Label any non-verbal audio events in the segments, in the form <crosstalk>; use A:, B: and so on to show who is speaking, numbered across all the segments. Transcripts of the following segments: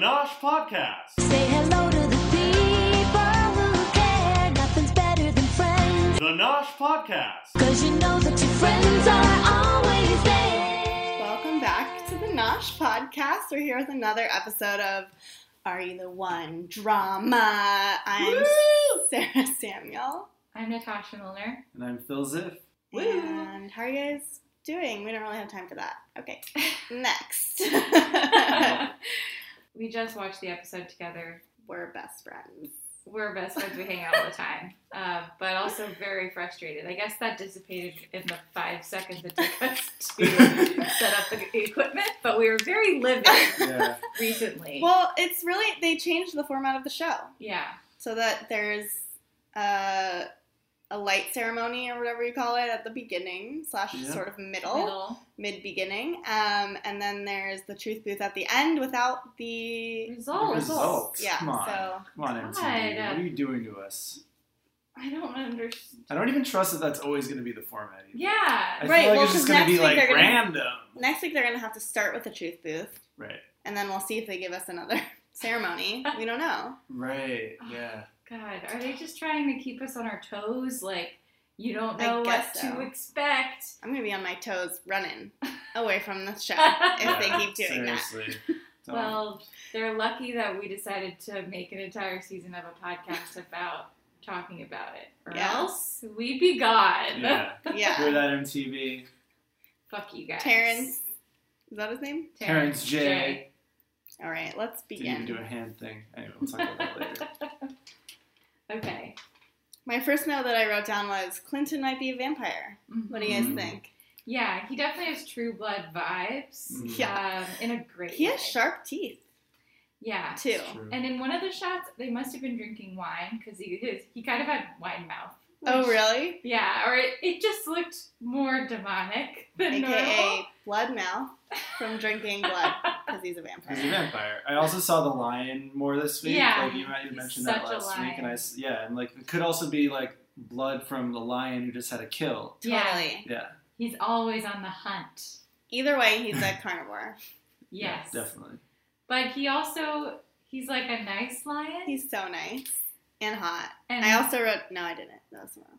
A: Josh podcast,
B: Say hello to the people who care. Nothing's better than friends.
A: the Nosh podcast.
B: Cause you know that your friends are always there.
C: Welcome back to the Nosh Podcast. We're here with another episode of Are You the One Drama. I'm Sarah Samuel.
D: I'm
C: <laughs>
D: Natasha Milner.
E: And I'm Phil Ziff.
D: Woo.
C: And how are you guys doing? We don't really have time for that.
D: <laughs>
C: Okay, next.
D: we just watched the episode together.
C: We're best friends.
D: We're best friends. We hang out all the time, uh, but also very frustrated. I guess that dissipated in the five seconds it took us to set up the equipment. But we were
C: <laughs>
D: very livid
E: Yeah.
D: recently.
C: Well, it's really, they changed the format of the show
D: yeah,
C: so that there's a, a light ceremony or whatever you call it at the beginning slash
E: Yeah.
C: sort of
D: middle
C: mid beginning. Um, and then there's the truth booth at the end without the
D: result.
E: Result. Results,
C: Yeah.
E: Oh, come on.
C: So
E: Come on,
D: God.
E: MTV. What are you doing to us?
D: I don't understand.
E: I don't even trust that that's always going to be the format. either. I
D: Yeah,
E: feel
C: Right,
E: like
C: well,
E: it's just
C: 'cause
E: going to
C: next
E: be
C: week
E: like
C: they're gonna-
E: random.
C: next week they're gonna have to start with the truth booth,
E: Right.
C: and then we'll see if they give us another <laughs> ceremony. We don't know.
E: Right. Yeah.
D: God, are they just trying to keep us on our toes? Like you don't
C: I
D: know what
C: guess so.
D: to expect.
C: I'm gonna be on my toes running away from the show
E: yeah.
C: if
E: <laughs>
C: they keep doing that.
E: Seriously.
C: <laughs>
E: Don't-
D: Well, they're lucky that we decided to make an entire season of
C: <laughs>
D: a podcast about talking about it, or
C: Yeah.
D: else we'd be gone.
E: Yeah. Hear
C: Yeah,
E: that,
C: <laughs>
E: MTV?
D: <laughs> Fuck you guys.
C: Terrence. Is that his name?
E: Terrence J.
C: All right, let's
E: Didn't even do
C: begin.
E: a hand thing. Anyway, we'll talk about that
C: <laughs>
E: later.
D: Okay.
C: My first note that I wrote down was Clinton might be a vampire. What do you guys
E: Mhm.
C: think?
D: Yeah, he definitely has True Blood vibes.
C: Mm-hmm.
E: Mhm.
C: Yeah.
D: Um, in a great
C: He
D: way.
C: has sharp teeth
D: Yeah.
C: too.
E: True.
D: And in one of the shots, they must have been drinking wine because he his, he kind of had wine mouth.
C: Oh,
D: which-
C: really?
D: Yeah, or it, it just looked more demonic than normal.
C: aka blood mouth from drinking blood because he's a vampire.
E: He's
C: <laughs>
E: a vampire. I also saw the lion more this week.
D: Yeah,
E: like you might have
D: he's
E: mentioned that
D: such a
E: last week, and I
D: lion.
E: s- yeah, and like it could also be like blood from the lion who just had a kill.
D: Yeah.
C: Totally.
E: Yeah,
D: He's always on the hunt.
C: Either way, he's a carnivore.
D: Yes.
E: yeah, definitely.
D: But he also he's like a nice lion.
C: He's so nice and hot. And
D: and
C: I also wrote no, I didn't. That was wrong.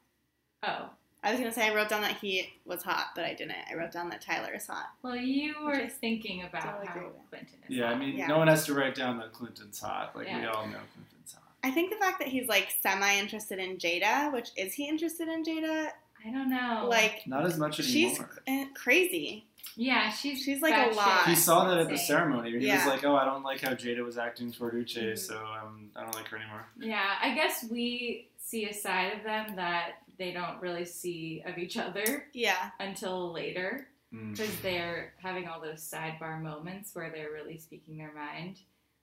D: oh
C: I was gonna say I wrote down that he was hot, but I didn't. I wrote down that Tyler is hot.
D: well you were
C: Which I
D: thinking about
C: totally
D: how
C: agree with.
D: Clinton is.
E: Yeah, I
D: hot.
E: mean,
C: Yeah.
E: no one has to write down that Clinton's hot. Like we
D: Yeah.
E: all know Clinton's hot.
C: I think the fact that he's like semi interested in Jada, which is he interested in Jada?
D: I don't know.
C: Like
E: Not as much
C: she's
E: anymore.
C: eh, crazy.
D: yeah, she's
C: she's like a
D: batshit
C: lot.
E: He saw that at the
D: insane.
E: ceremony. He
C: Yeah.
E: was like, "Oh, I don't like how Jada was acting toward Uche,
D: Mm-hmm.
C: Mhm.
E: so um, I don't like her anymore."
D: Yeah, I guess we see a side of them that they don't really see of each other
C: Yeah,
D: until later
E: Mm.
D: because they're having all those sidebar moments where they're really speaking their mind.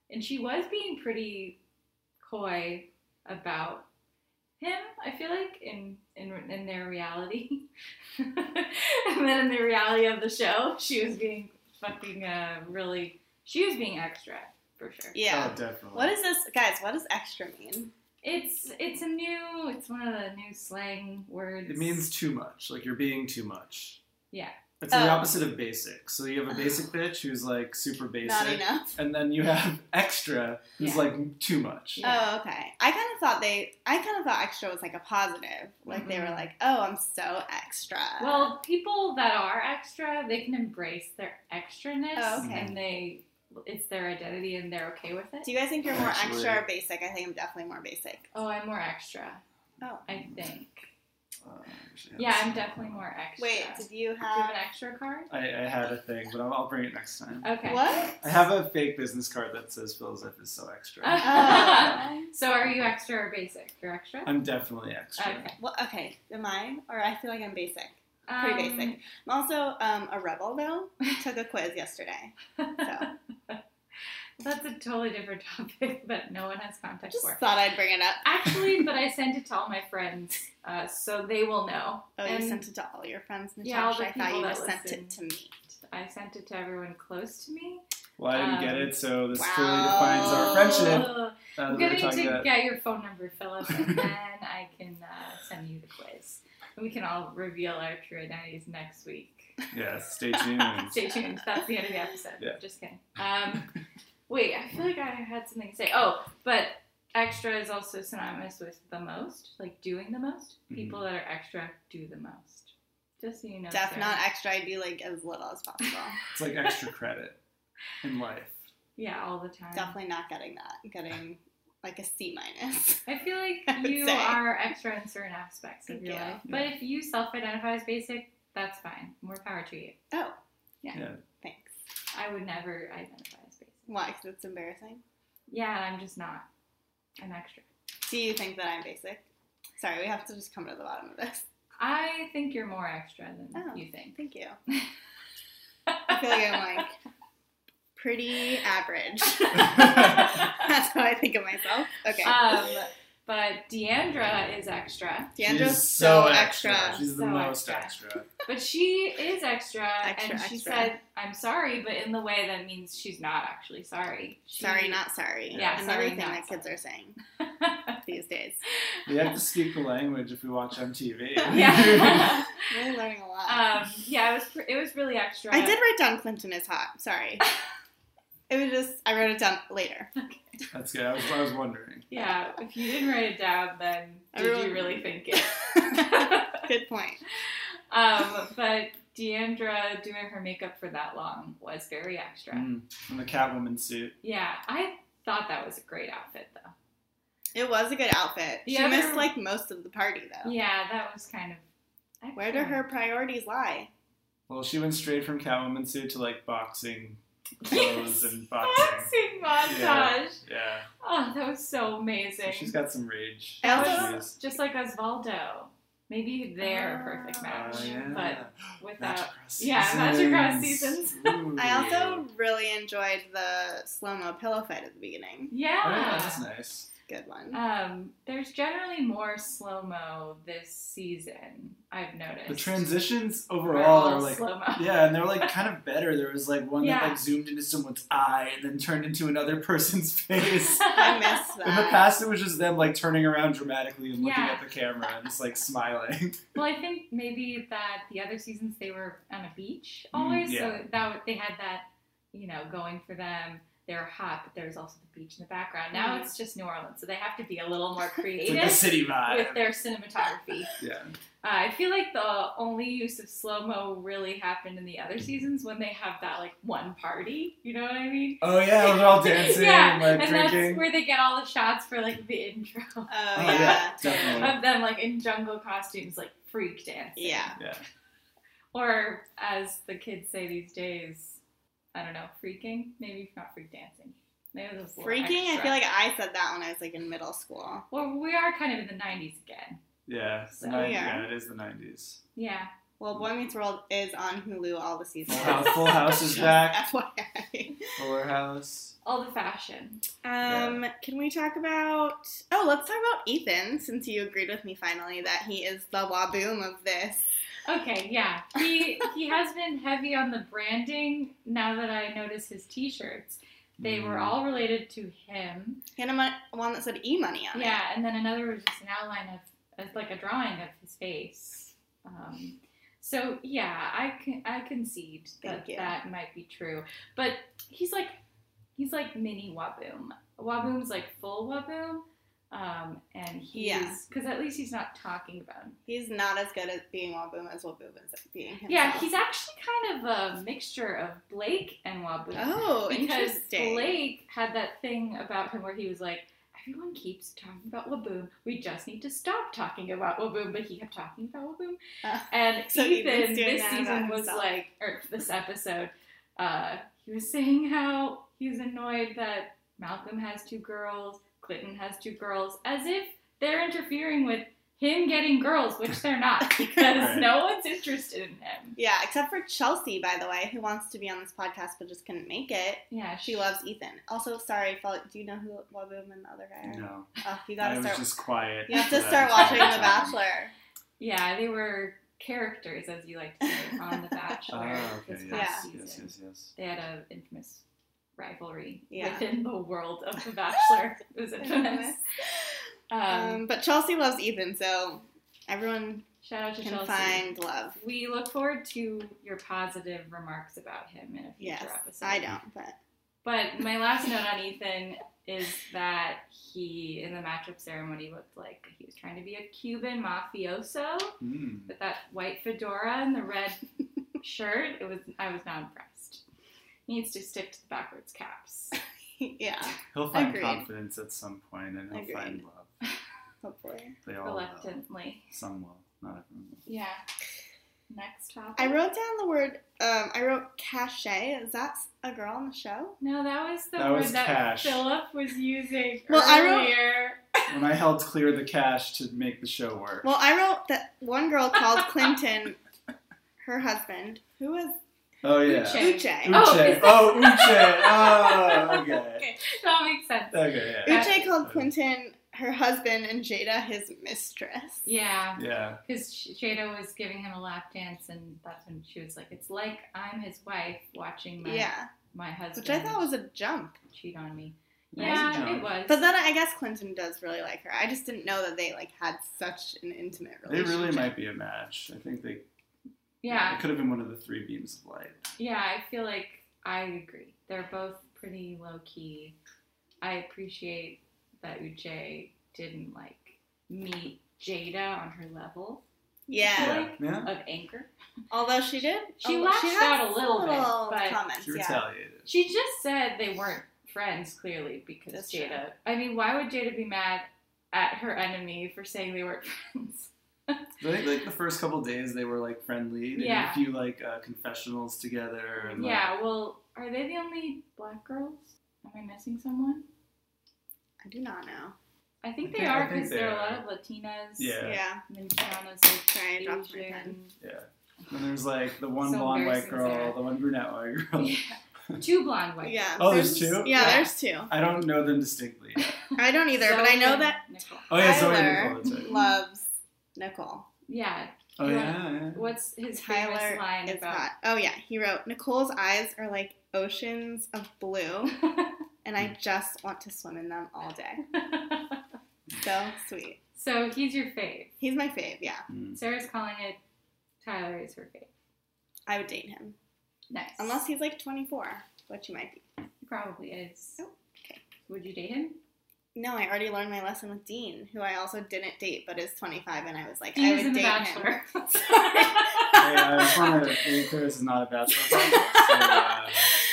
D: And she was being pretty coy about him, I feel like, in in, in their reality. <laughs> and then in the reality of the show, she was being fucking uh, really, she was being extra for sure.
C: yeah.
E: Oh, definitely.
C: What is this, guys? What does extra mean?
D: It's it's a new, it's one of the new slang words.
E: It means too much. Like you're being too much.
D: Yeah. Uh,
E: It's the
C: Oh.
E: opposite of basic. So you have a
D: <sighs>
E: basic bitch who's like super basic,
C: Not enough.
E: and then you have <laughs> extra who's
D: Yeah. Uh,
E: like too much.
D: Yeah.
C: Oh, okay. I kind of thought they. I kind of thought extra was like a positive. Like they were
D: Mhm.
C: like, oh, I'm so extra.
D: Well, people that are extra, they can embrace their extraness,
C: Oh, okay.
D: and they it's their identity, and they're okay with it.
C: Do you guys think you're more
E: Actually-
C: extra or basic? I think I'm definitely more basic.
D: oh, I'm more extra.
C: Oh.
D: I think.
E: Uh, I wish I had
D: Yeah, I'm
E: some.
D: definitely more extra.
C: Wait, did you
D: do you have
C: have
D: an extra card?
E: I, I had a thing, but I'll, I'll bring it next time.
D: Okay. <laughs>
C: what?
E: I have a fake business card that says Phil Ziff is so
D: Uh,
E: extra.
C: Oh.
D: So are you extra or basic? You're extra.
E: I'm definitely extra.
D: Okay.
C: well, okay. Am I? Or I feel like I'm basic.
D: Um,
C: Pretty basic. I'm also um, a rebel though.
D: <laughs>
C: Took a quiz yesterday, so
D: That's a totally different <laughs> topic that no one has context
C: just
D: for.
C: thought I'd bring it up.
D: Actually, but I sent it to all my friends, uh, so they will know.
C: Oh,
D: and
C: you sent it to all your friends, Natasha.
D: Yeah, all the
C: I thought you
D: people
C: just
D: that
C: sent it
D: listened.
C: to me.
D: I sent it to everyone close to me.
E: Well, I didn't get
D: Um,
E: it, so this
C: wow.
E: clearly defines our friendship.
D: Ugh.
E: Uh,
D: I'm
E: we were
D: gonna need
E: talking
D: to
E: about-
D: get your phone number,
E: <laughs>
D: Philip, and then I can uh, send you the quiz. And we can all reveal our true identities next week.
E: Yes, stay tuned.
D: <laughs> Stay tuned. That's the end of the episode.
E: Yeah.
D: Just kidding. Um, Wait, I feel like I had something to say. Oh, but extra is also synonymous with the most, like doing the most.
E: Mm-hmm.
D: People that are extra do the most. Just so you know.
C: Def
D: Sarah.
C: not extra. I do like as little as possible.
E: It's like extra credit in life.
D: Yeah, all the time.
C: Definitely not getting that. Getting like a C minus. <laughs>
D: I feel
C: I
D: like
C: would
D: you
C: say.
D: are extra in certain aspects of
C: Thank
D: your
C: you.
D: life. But if you self identify as basic, that's fine. More power to you.
C: Oh,
E: Yeah.
C: thanks.
D: I would never identify as basic.
C: Why? Because it's embarrassing.
D: Yeah, I'm just not an extra.
C: Do you think that I'm basic? Sorry, we have to just come to the bottom of this. <laughs>
D: I think you're more extra than
C: Oh.
D: you
C: <laughs>
D: think. <laughs>
C: Thank you. I feel like I'm like pretty average. <laughs> That's how I think of myself. Okay.
D: um, but Deandra is extra,
C: Deandra's
E: She's
C: so extra.
E: She's the
D: So
E: most
D: extra.
E: extra.
D: but she is extra,
C: Extra,
D: and she
C: extra.
D: said, "I'm sorry," but in the way that means she's not actually sorry. She-
C: Sorry, not sorry.
D: Yeah,
C: Another
D: sorry,
C: thing
D: not
C: that kids
D: sorry.
C: are saying these days.
E: We have to speak the language if we watch MTV.
D: <laughs>
C: <laughs>
D: <laughs> Yeah,
C: Really learning a lot.
D: um, yeah. It was pr- it was really extra.
C: I did write down Clinton is hot. Sorry. it was just I wrote it down later.
E: <laughs> That's good. I was, I was wondering.
D: Yeah, if you didn't write it down, then did
C: Everyone-
D: you really think
C: <laughs>
D: it?
C: Good point.
D: um, but Deandra doing her makeup for that long was very extra.
E: Mm. In the Catwoman suit.
D: Yeah, I thought that was a great outfit though.
C: It was a good outfit.
D: The
C: she
D: other-
C: missed like most of the party though.
D: Yeah, that was kind of. Extra.
C: Where do
D: <laughs>
C: her priorities lie?
E: Well, she went straight from Catwoman suit to like
D: <laughs>
E: boxing clothes and boxing.
D: boxing montage?
E: Yeah. Yeah.
D: Oh, that was so
E: So
D: amazing.
E: she's got some rage.
C: I
D: That
C: also-
D: was
E: issues.
D: just like Osvaldo. Maybe they're a perfect match,
E: Oh, yeah.
D: but without.
E: Magic Cross
D: yeah, Magic Cross
E: Seasons.
D: <laughs>
E: Ooh.
C: I also really enjoyed the slow mo pillow fight at the beginning.
E: Oh, yeah,
D: Yeah.
E: that's nice.
C: Good one.
D: <laughs> Um, there's generally more slow mo this season. I've noticed
E: The transitions
D: They're
E: overall
D: all
E: are like
D: slow mo. <laughs>
E: Yeah, and they're like kind of better. There was like one
D: Yeah.
E: that like zoomed into someone's eye and then turned into another <laughs> person's
D: <laughs>
E: face.
C: I missed that.
E: In the past, it was just them like turning around dramatically and looking
D: Yeah.
E: at the camera and just like smiling.
D: Well, I think maybe that the other seasons they were on a beach always,
E: Mm, yeah.
D: so that w- they had that, you know, going for them. They were hot, but there was also the beach in the background. Now
C: Mhm.
D: it's just New Orleans, so they have to be a little more
E: <laughs> It's like the
D: creative
E: city
D: with
E: vibe.
D: their cinematography.
E: yeah,
D: Uh, I feel like the only use of slow mo really happened in the other seasons when they have that like one party. You know what I mean?
E: Oh yeah, when they're all dancing
D: <laughs> yeah,
E: and like
D: that's
E: drinking.
D: where they get all the shots for like the intro <laughs>
C: Oh,
E: oh
C: yeah.
E: definitely.
D: of them like in jungle costumes, like freak dancing.
C: Yeah.
E: Yeah.
D: <laughs> Or as the kids say these days, I don't know, freaking? Maybe not freak dancing. Maybe it was a little
C: Freaking, I
D: extra.
C: feel like I said that when I was like in middle school.
D: Well, we are kind of in the 90s again.
E: Yeah, it's the
D: So-
E: 90s.
C: Yeah.
E: yeah, it is the 90s.
D: Yeah.
C: Well, Boy Meets World is on Hulu all the
E: Full
C: seasons.
E: House,
C: <laughs>
D: <laughs>
E: Full House is back.
C: FYI.
E: Fuller House.
D: All the fashion.
C: Um, can we talk about? Oh, let's talk about Ethan since you agreed with me finally that he is the waboom of this.
D: Okay, yeah.
C: <laughs>
D: He he has been heavy on the branding now that I notice his t shirts. They were
E: Mm.
D: all related to him.
C: He had a mon- one that said E money on it.
D: Yeah, and then another was just an outline of, of like a drawing of his face. Um, so yeah, I con- I concede
C: Thank
D: that
C: you.
D: that might be true, but he's like he's like mini Waboom. Waboom's like full Waboom, um, and he's
C: Yeah.
D: because at least he's not talking about him.
C: He's not as good at being waboom as waboom is at being himself.
D: Yeah, he's actually kind of a mixture of Blake and Waboom.
C: Oh,
D: because
C: interesting.
D: Blake had that thing about him where he was like, everyone keeps talking about Waboom. We just need to stop talking about Waboom. But he kept talking about Waboom.
C: Uh,
D: and
C: so Ethan's
D: Ethan,
C: doing
D: this
C: that
D: season
C: about
D: was
C: himself.
D: like, or this episode, uh, he was saying how he's annoyed that Malcolm has two girls, Clinton has two girls, as if they're interfering with him getting girls, which
C: <laughs>
D: they're not, because
E: Right.
D: no one's interested in him.
C: Yeah, except for Chelsea, by the way, who wants to be on this podcast but just couldn't make it.
D: Yeah,
C: She loves Ethan. Also, sorry, Fel- do you know who Waboom and the other guy are?
E: No,
C: Oh, you
E: I
C: gotta
E: was
C: start.
E: just quiet.
C: You have
E: for
C: to
E: that
C: start watching
E: entire <laughs> time.
C: The Bachelor.
D: Yeah, they were characters, as you like to say,
E: <laughs>
D: on The Bachelor.
E: Ah, okay.
D: this
E: Yes,
D: past
E: yes,
D: season.
E: yes, yes.
D: They had an infamous rivalry
C: Yeah.
D: within the world of
C: <laughs>
D: The Bachelor. it was infamous. Um,
C: Um, but Chelsea loves Ethan, so everyone
D: shout out to
C: can
D: Chelsea.
C: find love.
D: We look forward to your positive remarks about him in a future
C: Yes,
D: episode.
C: I don't, but <laughs>
D: But my last note on Ethan is that he, in the matchup ceremony, looked like he was trying to be a Cuban mafioso
E: Mm.
D: with that white fedora and
C: <laughs>
D: the red shirt. It was I was not impressed. He needs to stick to the backwards
E: Oh,
D: caps.
C: yeah,
E: He'll find
C: Agreed.
E: confidence at some point, and he'll
C: Agreed.
E: find love.
C: hopefully.
E: They all will.
D: Reluctantly.
E: Some will, not everyone. will.
D: Yeah. Next topic.
C: I wrote down the word. Um, I wrote cachet. Is that a girl on the show?
D: No, that was the
E: That
D: word
E: was
D: that
E: cash.
D: Philip was using
C: Well, I wrote-
D: earlier.
E: When I helped clear the cache to make the show work,
C: Well, I wrote that one girl called Clinton her husband, who was
E: oh yeah,
D: Uche.
C: Uche.
D: Oh, is
E: Uche.
D: this-
E: Oh, Uche.
D: <laughs>
E: Oh, okay.
C: Okay.
D: that makes sense.
E: Okay. Yeah.
C: Uche called Clinton her husband and Jada his mistress.
D: Yeah,
E: Yeah.
D: because Jada was giving him a lap dance, and that's when she was like, "It's like I'm his wife watching my
C: Yeah,
D: my husband
C: which I thought was a jump.
D: cheat on me."
E: That was a
D: yeah,
E: jump.
D: it was.
C: But then I guess Clinton does really like her. I just didn't know that they like had such an intimate
E: They
C: relationship.
E: really might be a match. I think they.
D: yeah,
E: It could have been one of the three beams of light.
D: Yeah, I feel like I agree. They're both pretty low key. I appreciate that Uche didn't like meet Jada on her level
C: Yeah.
E: Yeah.
D: Like-
E: Yeah.
D: of anger.
C: Although she did,
D: She
C: oh,
D: lashed
C: had
D: out a little bit, but-
C: comments,
E: She
C: yeah.
E: retaliated.
D: She just said they weren't friends clearly because
C: That's
D: Jada. I mean, why would Jada be mad at her enemy for saying they weren't <laughs> friends?
E: I think like the first couple days they were like friendly. They
D: Yeah.
E: did a few like uh, confessionals together. And, like,
D: yeah, well, are they the only black girls? Am I missing someone?
C: I do not know.
D: I think
E: I
D: they
E: think- I
D: are
E: think
D: because
E: they
D: there are a
E: are.
D: lot of Latinas.
E: Yeah.
C: Yeah.
D: Mexicanas,
C: Sorry, I
D: like
C: dropped my
D: Asian.
C: pen.
E: Yeah. And there's like the one
D: So
E: blonde white
D: embarrassing,
E: girl,
D: Sarah.
E: the one brunette white girl. <laughs>
D: Yeah. Two blonde
C: Yeah.
D: white.
E: Oh, there's two?
C: Yeah,
D: Yeah.
C: there's two.
E: I don't know them distinctly. yet.
C: I don't either, but I know
D: Zoe
C: that
D: and Nicole.
E: Oh yeah, Zoe
C: Tyler
E: Nicole. That's right.
C: loves Nicole.
D: Yeah.
E: Oh
D: You
E: yeah. yeah.
D: What's his famous
C: Tyler
D: line
C: is
D: about?
C: hot. Oh yeah, he wrote Nicole's eyes are like oceans of
D: <laughs>
C: blue, and I just want to swim in them all day. So sweet.
D: <laughs> so he's your fave.
C: He's my fave. Yeah,
E: Mm.
D: Sarah's calling it. Tyler is her fave.
C: I would date him
D: Nice.
C: unless he's like 24, which he might be.
D: he probably is.
C: Oh, okay.
D: Would you date him?
C: No, I already learned my lesson with Dean, who I also didn't date, but is 25, and I was like,
D: He
C: I
D: was
C: would
D: in The
C: date him.
D: Bachelor. <laughs>
C: <laughs>
E: Hey, I just want to make clear this is not a bachelor podcast. So, uh,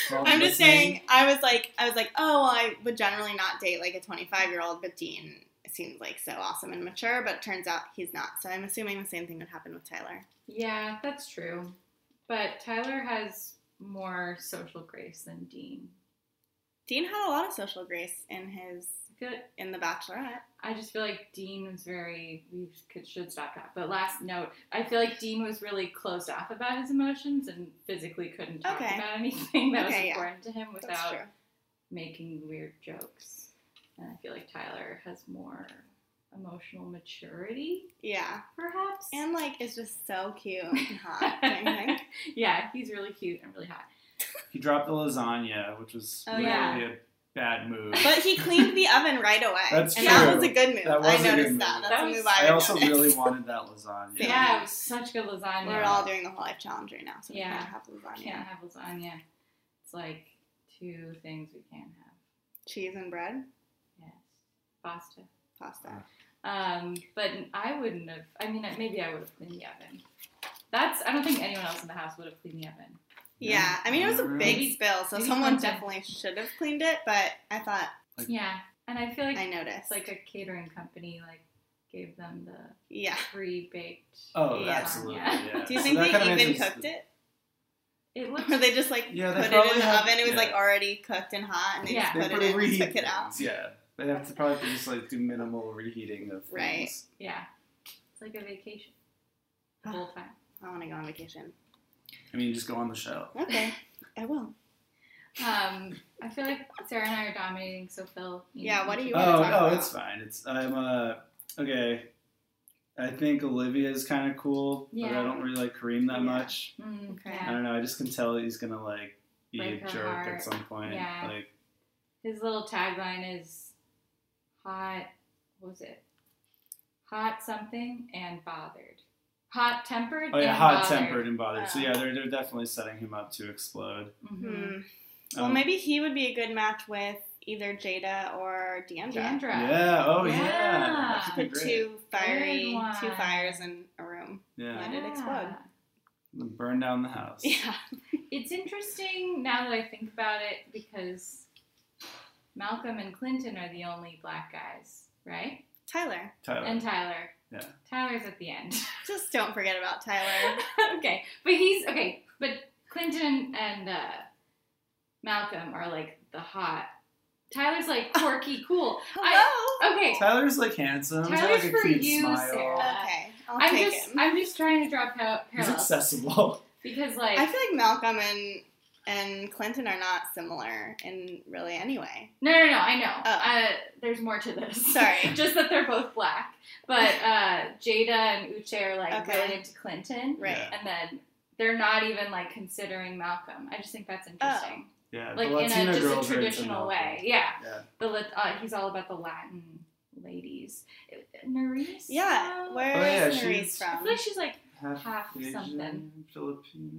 E: for all the
C: I'm just
E: listening,
C: saying, I was like, I was like, oh, well, I would generally not date like a 25 year old, but Dean seems like so awesome and mature, but it turns out he's not. So I'm assuming the same thing would happen with Tyler.
D: yeah, that's true. But Tyler has more social grace than Dean.
C: Dean had a lot of social grace in his
D: I feel like
C: in The Bachelorette.
D: I just feel like Dean was very. We could, should stop that. But last note, I feel like Dean was really closed off about his emotions and physically couldn't talk
C: Okay.
D: about anything that
C: Okay, yeah.
D: was important to him
C: That's
D: without
C: true.
D: making weird jokes. And I feel like Tyler has more emotional maturity,
C: Yeah,
D: perhaps.
C: and like is just so cute and hot. don't
D: <laughs>
C: you think?
D: yeah, he's really cute and really hot.
E: he dropped the lasagna, which was
C: Oh,
E: really
D: yeah.
E: a bad move.
C: But he cleaned the oven right away,
E: That's
C: and that
E: true.
C: was a good move.
E: That was
C: I
E: a good
C: noticed
E: move.
C: that. That's
D: That
C: a
D: was-
C: move I,
E: I
C: would <laughs>
E: also
C: notice.
E: really wanted that lasagna.
D: Yeah,
C: Yeah.
D: it was such good lasagna.
C: We're all doing the whole life challenge right now, so we
D: Yeah.
C: can't have lasagna.
D: We can't have lasagna. It's like two things we can't have.
C: Cheese and bread,
D: Yes, pasta.
C: pasta.
E: Uh,
D: Um, but I wouldn't have. I mean, maybe I would have cleaned the oven. That's. I don't think anyone else in the house would have cleaned the oven.
C: Yeah, I mean it was a
E: Yeah.
C: big spill, so
D: Maybe
C: someone
D: content.
C: definitely should have cleaned it. But I thought
E: Like-
D: yeah, and I feel like
C: I
D: it's
C: noticed.
D: like a catering company like gave them the
C: yeah.
E: <laughs>
D: pre-baked.
E: Oh,
C: Yeah.
E: absolutely. Yeah.
C: Do you
E: So
C: think
E: that kind of
C: they even
E: answers the-
C: cooked it, <laughs>
D: It looked.
C: or they just like
E: Yeah, they
C: put it
E: probably
C: in the
E: have-
C: oven? It was
E: yeah.
C: like already cooked and hot, and they
D: Yeah.
E: They
C: just put
E: put
C: it in and
E: reheat
C: took it out.
E: things, Yeah, they have to probably just like do minimal reheating of
C: Right.
E: things.
D: yeah, it's like a vacation.
C: Ah.
D: The whole time.
C: I want to go on vacation.
E: I mean, just go on the show.
C: Okay, I will.
D: Um, I feel like Sarah and I are dominating. So Phil. you
C: Yeah,
D: know,
C: what do you
E: Oh,
C: wanna
E: no,
C: talk about-
E: it's fine. It's I'm uh okay. I think Olivia is kind of cool, but
D: Yeah.
E: I don't really like Kareem that
C: Yeah.
E: much.
D: Mm,
C: Okay.
E: I
D: yeah.
E: don't know. I just can tell that he's gonna like be
D: Break her
E: a jerk
D: heart.
E: at some point.
D: Yeah.
E: Like
D: His little tagline is hot, what was it? Hot something and bothered. Hot tempered
E: oh yeah,
D: and
E: hot
D: bothered.
E: tempered and bothered. So
C: Oh.
E: yeah, they're they're definitely setting him up to explode.
D: Mhm.
C: Hmm. Well,
E: Um,
C: maybe he would be a good match with either Jada or Deandra.
D: Dandruff.
E: Yeah. Oh yeah.
D: Yeah.
E: That
C: The
E: could be great.
C: two fiery,
D: Good one.
C: two fires in a room. <laughs>
E: Yeah.
C: Let it explode.
E: Burn down the house.
C: Yeah.
D: It's interesting now that I think about it because Malcolm and Clinton are the only black guys, right?
C: Tyler.
E: Tyler.
D: And Tyler.
E: Yeah.
D: Tyler's at the end.
C: Just don't forget about
D: <laughs>
C: Tyler.
D: okay, but he's okay. But Clinton and uh, Malcolm are like the hot.
C: <laughs>
D: Tyler's like quirky, cool.
C: Hello.
D: Okay,
E: Tyler's like handsome. He's got,
D: Tyler's
E: like a
D: for
E: cute
D: you,
E: smile.
D: Sarah.
C: okay. I'll
D: I'm
C: take
D: just
C: him.
D: I'm just trying to draw par-
E: He's
D: parallels
E: accessible. <laughs>
D: because like
C: I feel like Malcolm and and Clinton are not similar in really any way.
D: No, no, no. I know.
C: Oh.
D: Uh, there's more to this.
C: Sorry.
D: <laughs> Just that they're both black. But uh, Jada and Uche are like
C: Okay.
D: related to Clinton,
C: Right.
E: Yeah.
D: and then they're not even like considering Malcolm. I just think
C: Oh.
D: that's interesting.
E: Yeah.
D: Like
E: the
D: in
E: Latina
D: a just
E: girls
D: a
E: are into Malcolm.
D: traditional way. Yeah.
E: Yeah.
D: The lat- uh, he's all about the Latin ladies. Nerys.
C: Yeah. Where
E: Oh, yeah,
C: is
E: she's-
C: Nerys
D: I
C: from?
D: feel like she's like
E: Half,
D: Half
E: Asian,
D: something.
E: Filipino.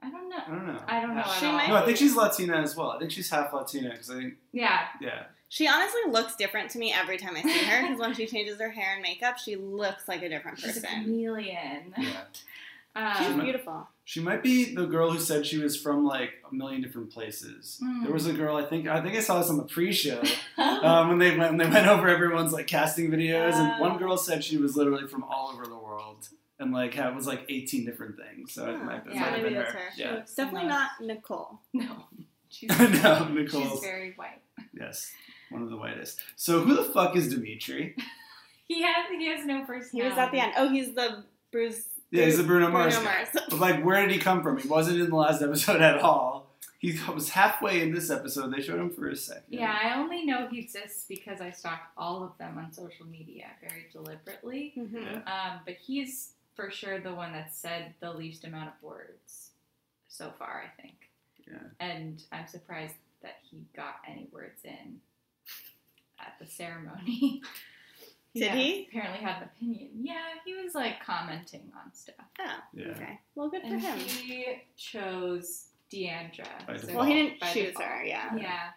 D: I don't
E: I
D: know.
E: don't know.
D: I don't know.
E: Half-
C: She
D: at all.
C: might-
E: No, I think she's Latina as well. I think she's half Latina because I think
D: Yeah.
E: yeah.
C: She honestly looks different to me every time I see her because when she changes her hair and makeup, she looks like a different
D: She's a
C: person.
D: chameleon.
E: Yeah.
C: She's
D: Um,
C: beautiful.
E: She might be the girl who said she was from like a million different places.
D: Mm. <laughs>
E: There was a girl I think I think I saw this on the pre-show um, when they went when they went over everyone's like casting videos, and
D: Oh.
E: one girl said she was literally from all over the world and like had, was like eighteen different things. So it
C: Huh.
E: might, it
D: Oh, Yeah,
E: might have
C: maybe
E: been
C: that's
E: her.
C: her.
D: she
E: Yeah.
D: looks
C: Definitely
D: similar.
C: not Nicole.
D: No.
E: <laughs>
D: She's,
E: No,
D: She's
E: Nicole's-
D: very white.
E: Yes. One of the whitest. So who the fuck is Dimitri?
D: He has he has no first.
C: He was at the end. Oh, he's the Bruce.
E: Yeah, he's the Bruno Mars.
C: Bruno
E: guy.
C: Mars. <laughs>
E: But like, where did he come from? He wasn't in the last episode at all. He was halfway in this episode. They showed him for a second.
D: Yeah, I only know he exists because I stalk all of them on social media very deliberately.
C: Mhm.
D: Um, but he's for sure the one that said the least amount of words so far, I think.
E: Yeah.
D: And I'm surprised that he got any words in at the ceremony. <laughs>
C: Did
D: Yeah,
C: he?
D: Apparently had an opinion. Yeah, he was like commenting on stuff.
C: Oh,
E: Yeah.
C: okay. Well, good for
D: And
C: him.
D: he chose Deandra.
E: By
D: So-
E: default.
C: Well, he didn't
D: by
C: choose
D: default.
C: her, yeah.
D: Yeah.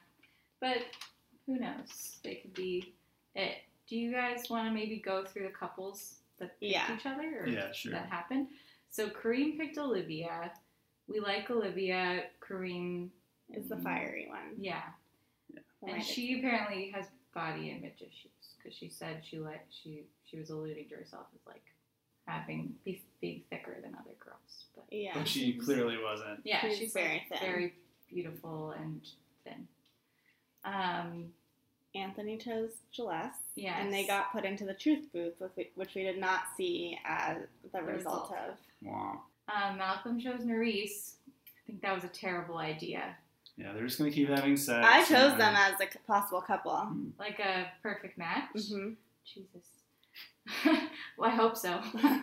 D: But who knows? They could be it. Do you guys want to maybe go through the couples that picked
C: Yeah.
D: each other or
E: Yeah, sure.
D: that happened? So Kareem picked Olivia. We like Olivia. Kareem,
C: Is the fiery one.
D: yeah. Mm. And
C: Romantic.
D: she apparently has body image issues because she said she like she she was alluding to herself as like having be, being thicker than other girls, but
C: Yeah.
E: But she clearly wasn't.
D: Yeah,
C: She's
D: she's,
C: very
D: very
C: thin.
D: very beautiful and thin. Um,
C: Anthony chose Celeste.
D: yeah,
C: And they got put into the truth booth, which we, which we did not see as the result,
D: result.
C: of.
E: Womp.
D: um, Malcolm chose Nerys. I think that was a terrible idea,
E: Yeah, they're just gonna keep having sex.
C: I chose
E: and-
C: them as a c- possible couple.
D: like a perfect match.
C: hmm
D: Jesus. <laughs> well, I hope so.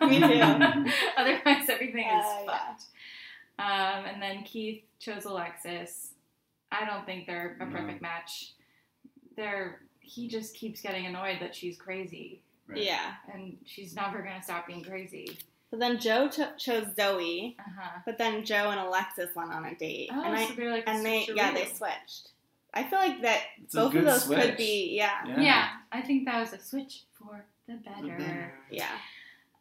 C: Me
E: too.
D: <laughs> Otherwise, everything is
C: Uh, yeah.
D: fucked. Um, and then Keith chose Alexis. I don't think they're a
E: No.
D: perfect match. They're he just keeps getting annoyed that she's crazy,
E: Right.
C: Yeah.
D: and she's never gonna stop being crazy.
C: But then Joe cho- chose Zoe.
D: Uh huh.
C: But then Joe and Alexis went on a date,
D: Oh,
C: and I
D: so they're like
C: and they yeah they
D: switcheroo.
C: switched. I feel like that
E: It's a
C: both of
E: good
C: those
E: switch.
C: could be yeah
D: yeah. I think that was a switch for the better.
C: yeah.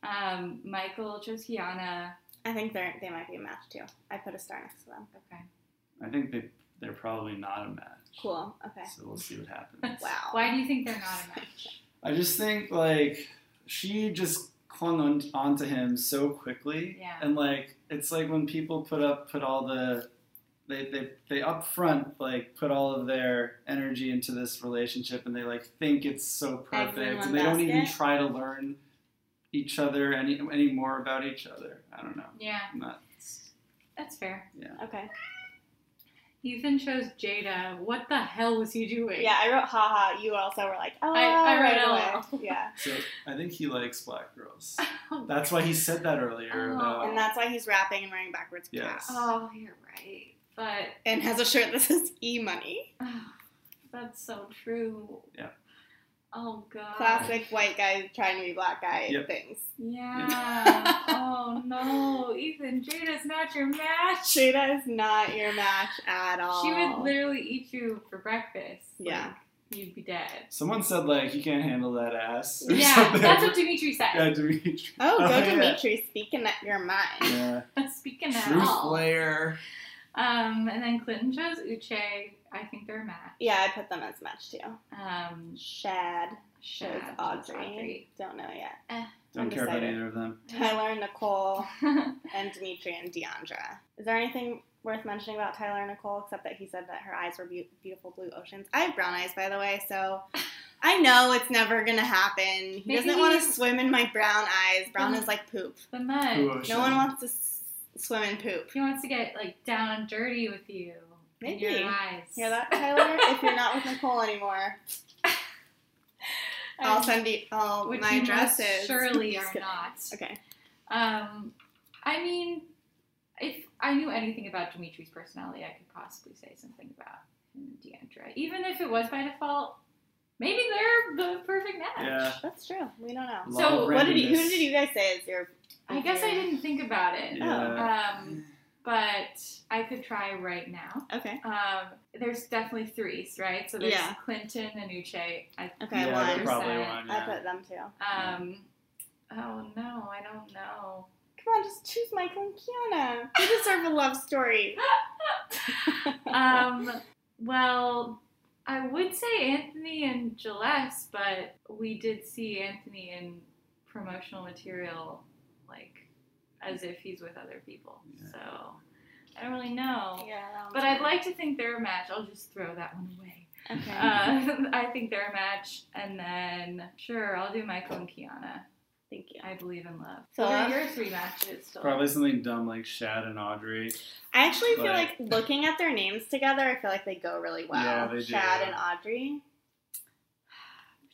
D: Um, Michael chose Kiana.
C: I think they are they might be a match too. I put a star next to them.
D: Okay.
E: I think they they're probably not a match.
C: Cool. Okay.
E: So we'll see what happens.
C: <laughs> Wow.
D: Why do you think they're
C: <laughs>
D: not a match?
E: I just think like she just clung on onto him so quickly.
D: Yeah.
E: And like it's like when people put up put all the they they they up front like put all of their energy into this relationship and they like think it's so
C: Eggs in
E: perfect
C: one
E: and they don't even
C: basket?
E: try to learn each other any any more about each other. I don't know.
D: yeah,
E: I'm not
D: that's fair.
C: Okay.
D: Ethan chose Jada. What the hell was he doing?
C: Yeah, I wrote haha. You also were like oh
D: I- I wrote
C: right away. <laughs> Yeah.
E: so I think he likes black girls.
D: <laughs> Oh,
E: That's why he said that earlier
D: Oh.
E: about
C: And that's why he's rapping and wearing backwards
E: Yes.
C: caps.
D: oh, you're right. But
C: <laughs> And has a shirt that says E Money.
D: oh, that's so true.
E: Yeah.
D: Oh god.
C: Classic white guy trying to be black guy
E: Yep.
C: things.
E: <laughs>
D: Yeah. oh no, Ethan, Jada's not your match.
C: Shada is not your match at all.
D: She would literally eat you for breakfast. Like,
C: Yeah.
D: you'd be dead.
E: <laughs> Someone said like you can't handle that ass. Or
D: Yeah,
E: something.
D: that's what Dimitri said.
E: <laughs> Yeah, Dimitri.
C: <laughs> Oh, go
E: Oh, yeah.
C: Dimitri, speaking at your mind.
E: Yeah.
D: <laughs> Speaking of
E: Truth
D: all.
E: player.
D: Um, and then Clinton chose Uche. I think they're a match.
C: Yeah, I put them as match too.
D: Um,
C: Shad shows
D: Shad chose
C: Audrey. Don't know yet.
E: Don't care about
C: Undecided.
E: either of them.
D: <laughs>
C: Tyler, Nicole,
D: Audrey.
C: and Dimitri and Deandra. Is there anything worth mentioning about Tyler and Nicole except that he said that her eyes were beau- beautiful blue oceans? I have brown eyes, by the way,
D: <sighs>
C: so I know it's never gonna happen. He
D: Maybe
C: doesn't want to
D: he-
C: swim in my brown eyes. Brown
D: Mhm.
C: is like poop.
D: the mud.
E: Blue ocean.
C: No one wants to s- swim in poop.
D: He wants to get like down and dirty with you.
C: Maybe.
D: In your eyes.
C: Hear <laughs> that, Tyler? if you're not with Nicole anymore, I'll
D: Um,
C: send you all
D: which
C: my
D: you most
C: dresses. <laughs>
D: Surely
C: Just
D: are
C: kidding.
D: not.
C: Okay.
D: Um, I mean, if I knew anything about Dimitri's personality, I could possibly say something about him and Deandra. Even if it was by default, maybe they're the perfect match.
E: Yeah.
C: That's true. We don't know.
E: Lot of
D: So,
C: What did you, who
E: randomness.
C: did you guys say is your?
D: I guess I didn't think about it.
C: Oh,
E: Yeah.
D: Um, but I could try right now.
C: Okay.
D: Um, there's definitely threes, right? So there's
C: Yeah.
D: Clinton and Uche. I,
C: Okay,
E: yeah,
C: one.
E: they're probably
D: Percent.
E: one.
C: I
E: Yeah.
C: put them too.
D: um, oh no, I don't know.
C: Come on, just choose Michael and Kiana. They deserve a love story. <laughs>
D: um, well, I would say Anthony and Gillespie, but we did see Anthony in promotional material, like as if he's with other people.
E: Yeah.
D: So I don't really know.
C: Yeah.
D: But I'd like to think they're a match. I'll just throw that one away.
C: Okay.
D: Uh, <laughs> I think they're a match, and then sure, I'll do Michael and Kiana.
C: Thank you.
D: I believe in love.
C: So,
D: So what
C: uh,
D: are your three matches? Still?
E: Probably something dumb like Shad and Audrey.
C: I actually feel like
E: But-
C: looking at their names together, I feel like they go really well.
E: Yeah, they do.
C: Chad and Audrey.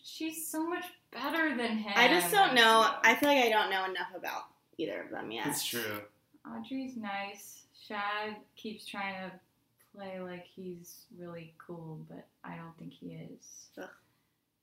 D: She's so much better than him.
C: I just don't know. I feel like I don't know enough about either of them yet.
E: It's true.
D: Audrey's nice. Shad keeps trying to play like he's really cool, but I don't think he is.
C: Ugh.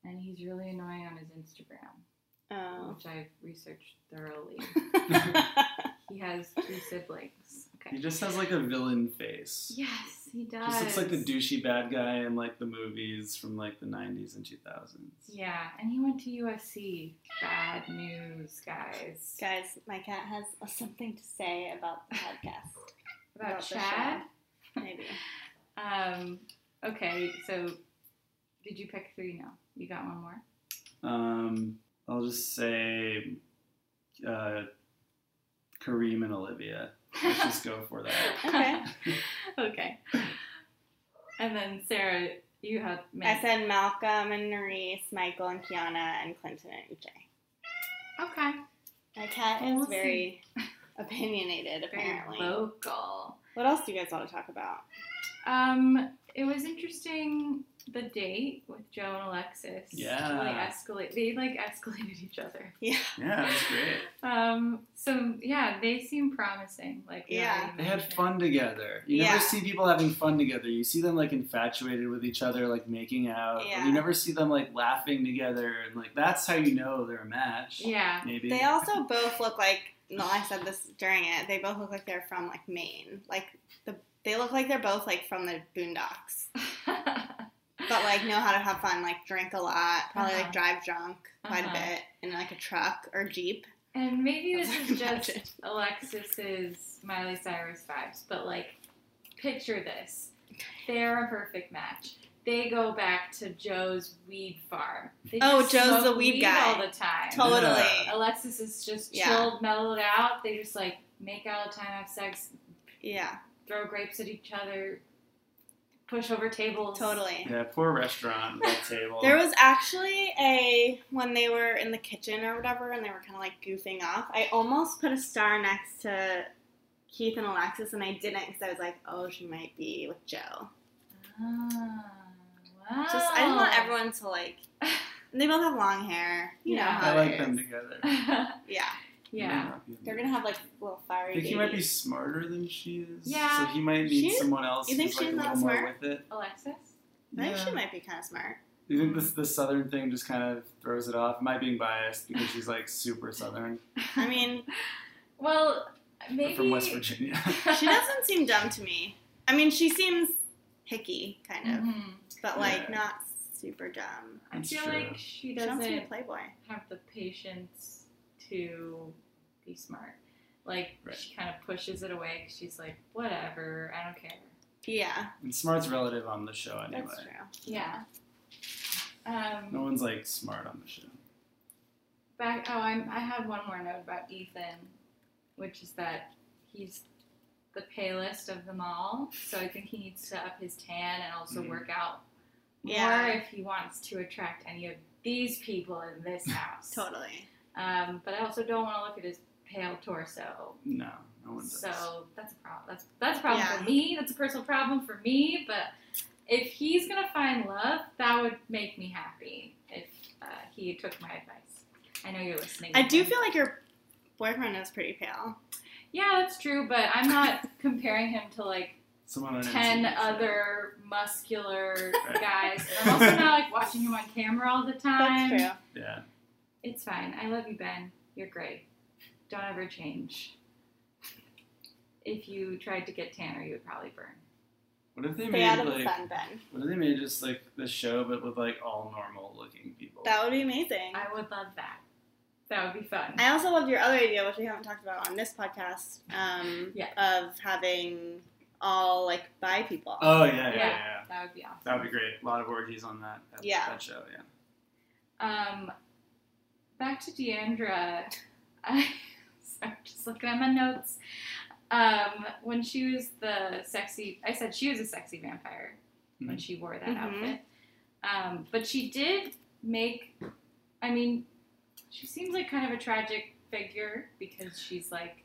D: And he's really annoying on his Instagram,
C: <laughs> Oh.
D: which I've researched
C: <laughs>
D: thoroughly.
C: I
D: he has two siblings. Okay.
E: He just has like a villain face.
D: yes, he does.
E: Just looks like the douchey bad guy in like the movies from like the 90s and 2000s.
D: Yeah, and he went to USC. Bad news, guys.
C: Guys, my cat has something to say about the podcast.
D: About
C: About the
D: Shad.
C: Maybe.
D: Um, okay, so did you pick three now? You got one more?
E: Um, I'll just say uh, Kareem and Olivia. Let's <laughs> just go for
C: <laughs>
E: that.
C: Okay.
D: <laughs> okay. And then Sarah, you had
C: I said Malcolm and Nerese, Michael and Kiana, and Clinton and Uche.
D: okay.
C: My cat
D: Well,
C: is
D: we'll
C: very opinionated,
D: Very
C: apparently.
D: vocal.
C: What else do you guys want to talk about?
D: Um, it was interesting the date with Joe and Alexis.
E: Yeah.
D: They escalate. They like escalated each other.
C: Yeah.
E: Yeah, that's great.
D: Um. So yeah, they seem promising. Like we
C: Yeah.
D: already
E: They had
D: mentioned.
E: fun together. You
C: Yeah.
E: never see people having fun together. You see them like infatuated with each other, like making out.
C: Yeah.
E: You never see them like laughing together, and like that's how you know they're a match.
D: Yeah. <laughs>
E: Maybe.
C: They also both look like. No, I said this during it. They both look like they're from like Maine. Like the they look like they're both like from the boondocks, but like know how to have fun. Like drink a lot, probably
D: Uh-huh.
C: like drive drunk quite
D: Uh-huh.
C: a bit in like a truck or jeep.
D: and maybe this is
C: Imagine.
D: just Alexis's Miley Cyrus vibes, but like, picture this. They're a perfect match. They go back to Joe's weed farm. They
C: Oh,
D: just
C: Joe's
D: smoke
C: the weed guy.
D: all the time.
C: Totally.
E: Yeah.
D: Alexis is just
C: Yeah.
D: chilled, mellowed out. They just like make out all the time, have sex,
C: Yeah,
D: throw grapes at each other, push over tables.
C: totally.
E: Yeah, poor restaurant, that table.
C: There was actually a when they were in the kitchen or whatever, and they were kind of like goofing off. I almost put a star next to Keith and Alexis, and I didn't because I was like, "Oh, she might be with Joe."
D: Ah, wow.
C: Just I just want everyone to <laughs> like. and They both have long hair. You know
D: Yeah.
C: how
E: I
C: it
E: like them
C: is. <laughs>
E: together.
D: <laughs>
C: Yeah,
D: yeah.
C: they're gonna have like little
E: I
C: fiery.
E: think he might be
C: babies.
E: smarter than she is.
D: Yeah.
E: So he might need
C: She's-
E: someone else
C: you think
E: who's like
C: she's
E: a
C: not
E: little more
C: smart?
E: with it.
D: Alexis?
C: I think she
E: Yeah.
C: <laughs> might be kind of smart.
E: Do you think this the southern thing just kind of throws it off? Am I being biased because she's like super southern
C: I mean,
D: <laughs> Well, maybe
E: from
D: <laughs>
E: West Virginia?
C: she doesn't seem dumb to me. I mean, she seems hicky, kind of,
D: Mhm.
C: but like
E: Yeah.
C: not super dumb.
D: I
E: That's
D: feel
E: true.
D: like
C: She
D: she
C: wants to be a
D: doesn't
C: playboy.
D: have the patience to be smart. Like
E: Right.
D: she kind of pushes it away 'cause she's like, whatever, I don't care.
C: Yeah,
E: and smart's relative on the show anyway.
C: that's true.
D: Yeah. Um,
E: No one's like smart on the show.
D: Back. Oh, I'm, I had one more note about Ethan, which is that he's the palest of them all. So I think he needs to up his tan and also
E: Mhm.
D: work out more
C: Yeah.
D: if he wants to attract any of these people in
C: <laughs>
D: this house.
C: Totally.
D: Um, but I also don't want to look at his pale torso.
E: No, no one does.
D: So that's a problem. That's that's a problem
C: Yeah.
D: for me. That's a personal problem for me. But if he's gonna find love, that would make me happy. If uh, he took my advice, I know you're listening.
C: I do
D: Ethan.
C: feel like your boyfriend is pretty pale.
D: Yeah, that's true, but
C: <laughs>
D: I'm not comparing him to like
E: Someone on
D: ten
E: MTV show.
D: other muscular
E: Right.
D: guys. And I'm also not like watching him on camera all the time.
C: That's true.
E: Yeah,
D: It's fine. I love you, Ben. You're great. Don't ever change. If you tried to get tanner, you would probably burn.
E: what if they
C: Stay
E: made
C: out of the
E: like
C: sun, Ben.
E: what if they made just like the show but with like all normal looking people?
C: That would be amazing.
D: I would love that. That would be fun.
C: I also loved your other idea, which we haven't talked about on this podcast, um,
D: Yeah.
C: of having all like bi people.
E: oh yeah, yeah, yeah.
D: Yeah.
E: yeah.
D: that would be awesome.
E: That would be great. A lot of orgies on that, that,
C: Yeah.
E: that show, yeah.
D: Um, back to Deandra. <laughs> I, I'm just looking at my notes. Um, when she was the sexy, I said she was a sexy vampire
E: Mm-hmm.
D: when she wore that
C: Mhm.
D: outfit. Um, but she did make. I mean, she seems like kind of a tragic figure because she's like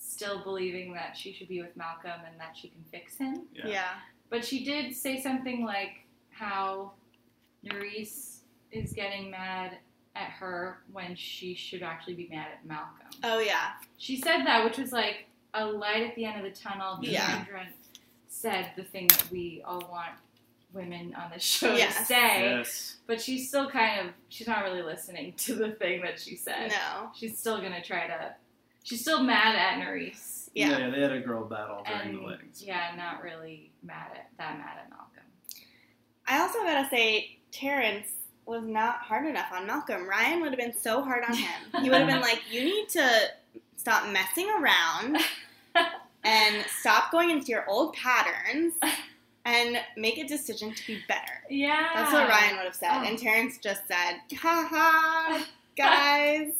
D: still believing that she should be with Malcolm and that she can fix him.
E: Yeah.
D: But she did say something like how Nerys is getting mad at her when she should actually be mad at Malcolm.
C: Oh yeah.
D: She said that, which was like a light at the end of the tunnel.
C: Yeah.
D: Deandra said the thing that we all want women on this show to
C: Yes.
D: say.
E: Yes.
D: But she's still kind of, she's not really listening <laughs> to the thing that she said.
C: No.
D: She's still going to try to, she's still mad at Nerys.
C: Yeah.
E: yeah. they had a girl battle during
D: And
E: the weddings.
D: yeah, not really mad at that mad at Malcolm.
C: I also gotta say, Terrence was not hard enough on Malcolm. Ryan would have been so hard on him. He would have been like, "You need to stop messing
D: <laughs>
C: around and stop going into your old patterns and make a decision to be better."
D: Yeah.
C: That's what Ryan would have said,
D: Oh.
C: and Terrence just said, "Ha ha, guys."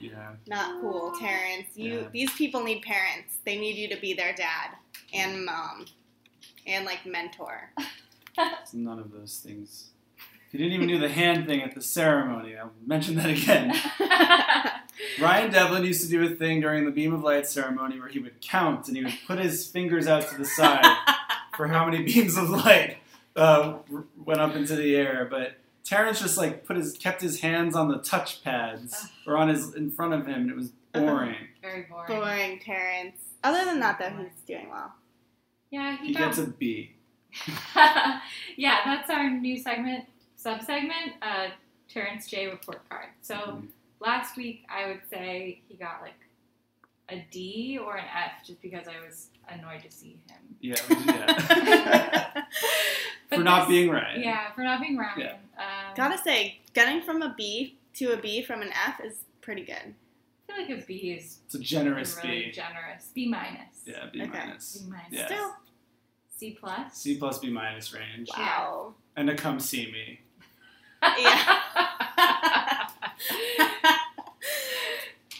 E: Yeah.
C: Not
D: Ah.
C: cool, Terrence. You
E: Yeah.
C: these people need parents. They need you to be their dad and mom and like mentor.
E: It's none of those things. He didn't even do
C: <laughs>
E: the hand thing at the ceremony. I'll mention that again. Ryan Devlin used to do a thing during the Beam of Light ceremony where he would count and he would put his fingers out to the
D: <laughs>
E: side for how many beams of light uh, r- went up into the air. But Terrence just like put his kept his hands on the touch pads or on his in front of him, and it was boring.
D: <laughs> Very boring.
C: Boring Terrence. Other than that though, he's doing well.
D: Yeah, he,
E: He
D: got.
E: gets a B.
D: <laughs> yeah, that's our new segment, sub segment, uh, Terrence J report card. So
E: Mhm.
D: last week, I would say he got like a D or an F just because I was annoyed to see him.
E: Yeah, yeah.
D: <laughs> But
E: for not
D: this-
E: being right.
D: Yeah, for not being Ryan.
E: Yeah.
D: Um,
C: Gotta say, getting from a B to a B from an F is pretty good.
D: I feel like a B is
E: It's a generous
D: really
E: B.
D: generous. B minus.
E: Yeah, B
C: Okay.
E: minus.
D: B minus.
E: Yeah.
C: Still.
D: C plus.
E: C plus B minus range.
C: Wow.
E: And to come see me.
D: Yeah.
C: Uh.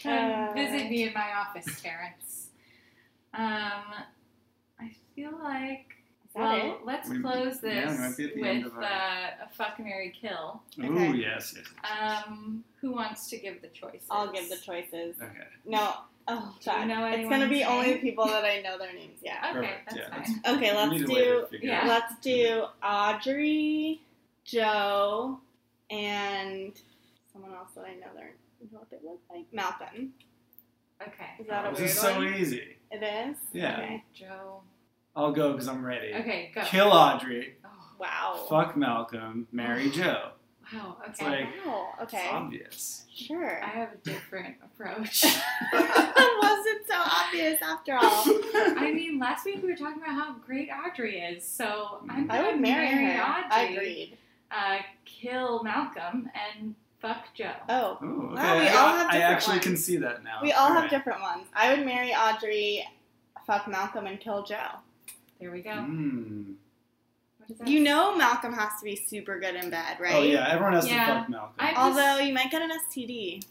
D: Come visit me in my office, Terrence. Um, I feel like.
C: that
D: well, let's
E: We-
D: close
E: yeah, we
D: this
E: might be at the end
D: with
E: of
D: uh,
E: our-
D: a fuck Mary kill.
E: Ooh,
C: Okay.
E: yes, yes. yes.
D: Um, who wants to give the choice?
C: I'll give the choices.
E: okay.
C: No. Oh
D: Do you
C: God.
D: know
C: it's gonna be
D: anyone's
C: only
D: name?
C: the people that I know their names,
D: <laughs>
C: yeah.
D: Okay,
E: Perfect,
D: that's
E: yeah,
D: fine.
E: that's-
C: Okay,
E: We
C: let's
E: need a way
C: do
E: to figure
D: yeah.
E: out.
C: Let's do Audrey, Joe, and someone else that I know their know what they look like. Malcolm.
D: Okay,
C: Is that a
E: this
C: weird
E: is so
C: one?
E: easy.
C: It is.
E: Yeah.
C: Okay.
D: Joe.
E: I'll go because I'm ready.
D: Okay, go.
E: Kill Audrey.
D: Oh,
C: Wow.
E: Fuck Malcolm, marry Joe.
D: <laughs> Wow.
E: It's
D: Okay.
E: like
C: Wow.
E: it's
C: Okay.
E: obvious.
C: Sure. <laughs>
D: I have a different approach.
E: <laughs>
C: Wasn't so obvious after all.
D: I mean, last week we were talking about how great Audrey is, so I'm
C: I
D: gonna
C: would marry her.
D: Audrey.
C: I agreed.
D: Uh, kill Malcolm and fuck Joe.
C: Oh,
E: Ooh, okay.
C: Wow, we
E: I-
C: all have
E: I
C: different
E: actually can
C: ones.
E: see that now.
C: we all have
E: Alright.
C: different ones. I would marry Audrey, fuck Malcolm, and kill Joe.
D: There we go.
E: Mm.
D: What is that?
C: You know Malcolm has to be super good in bed, right?
E: Oh yeah, everyone has to
D: Yeah.
E: fuck Malcolm.
D: I-
C: Although you might get an STD.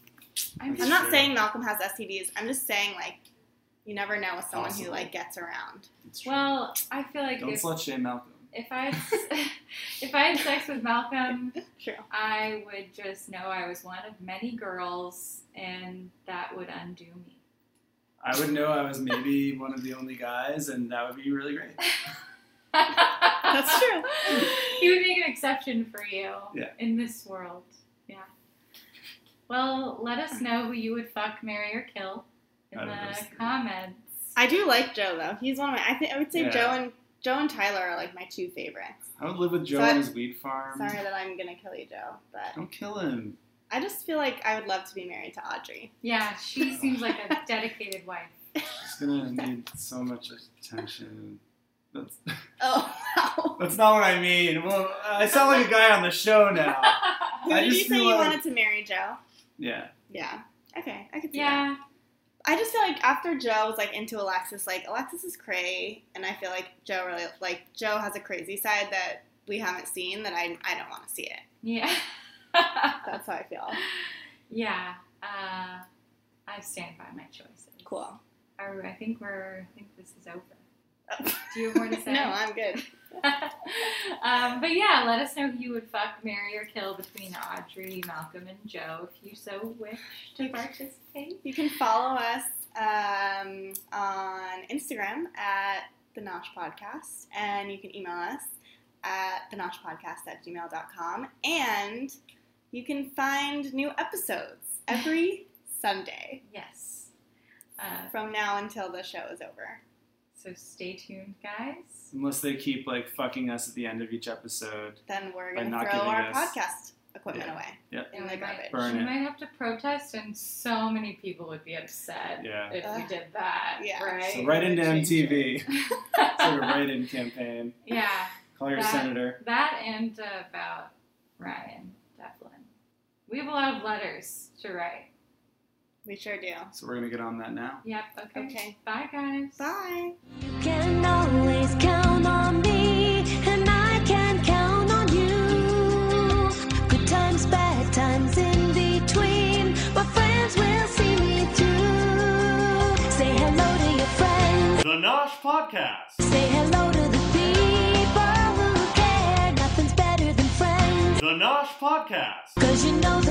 E: That's
D: I'm
C: I'm
D: just,
C: not
E: true.
C: saying Malcolm has STDs. I'm just saying like you never know with someone who
E: Possible.
C: like gets <laughs> around.
E: It's true.
D: <laughs> well, I feel like
E: don't
D: if,
E: slut shame Malcolm.
D: if I had, <laughs> if I had sex with Malcolm,
C: <laughs> True.
D: I would just know I was one of many girls, and that would undo me. <laughs>
E: I would know I was maybe one of the only guys, and that would be really great.
D: That's
C: true.
D: <laughs> He would make an exception for you
E: Yeah.
D: in this world. Yeah. Well, let us know who you would fuck, marry, or kill in
E: Out of
D: the
E: those three.
D: comments.
C: I do like Joe though. He's one of my I think I would say
E: Yeah.
C: Joe and Joe and Tyler are like my two favorites.
E: I would live with Joe
C: So I-
E: on his weed farm.
C: Sorry that I'm gonna kill you, Joe, but
E: Don't kill him.
C: I just feel like I would love to be married to Audrey.
D: Yeah, she seems like a dedicated wife.
E: He's gonna need so much attention. That's
C: Oh <laughs> wow.
E: that's not what I mean. Well, I sound like a guy on the show now.
C: Who
E: I
C: did you
E: just
C: say
E: feel
C: you
E: like-
C: wanted to marry, Joe?
E: <laughs> Yeah,
C: Yeah. Okay, I could see that.
D: yeah.
C: I just feel like after Joe was like into Alexis, like Alexis is cray, and I feel like Joe really like Joe has a crazy side that we haven't seen that I I don't want to see it.
D: Yeah. <laughs>
C: That's how I feel.
D: yeah. Uh, I stand by my choices.
C: Cool.
D: Are- I think we're. I think this is over. Do you
C: <laughs>
D: have more to say?
C: No, I'm good.
D: <laughs> um, but yeah, let us know who you would fuck, marry, or kill between Audrey, Malcolm, and Joe if you so wish to participate.
C: You can follow us um, on Instagram at the Nosh Podcast, and you can email us at the Nosh Podcast at gmail.com. And you can find new episodes every Sunday
D: Yes. Uh,
C: from now until the show is over.
D: so stay tuned, guys.
E: unless they keep like fucking us at the end of each episode.
C: Then we're
E: By
C: going to
E: not
C: throw
E: giving
C: our
E: us-
C: podcast equipment
E: Yeah.
C: away
E: Yep.
C: in the
D: we might,
C: garbage.
E: Burn
D: we
E: it.
D: might have to protest, and so many people would be upset
E: Yeah.
D: if we
C: Ugh.
D: did that.
C: Yeah.
D: Right? <laughs>
E: So right into
C: Change it.
E: MTV. sort of write-in campaign.
D: yeah.
E: Call your
D: That-
E: senator.
D: That and uh, about Ryan Devlin. We have a lot of letters to write.
C: We sure do.
E: So we're gonna get on that now.
D: Yep. Okay.
C: Okay.
D: Bye, guys.
C: Bye.
B: You can always count on me, and I can count on you. Good times, bad times in between, my friends will see me through. Say hello to your friends.
A: The Nosh Podcast.
B: Say hello to the people who care. Nothing's better than friends.
A: The Nosh Podcast.
B: Cause you know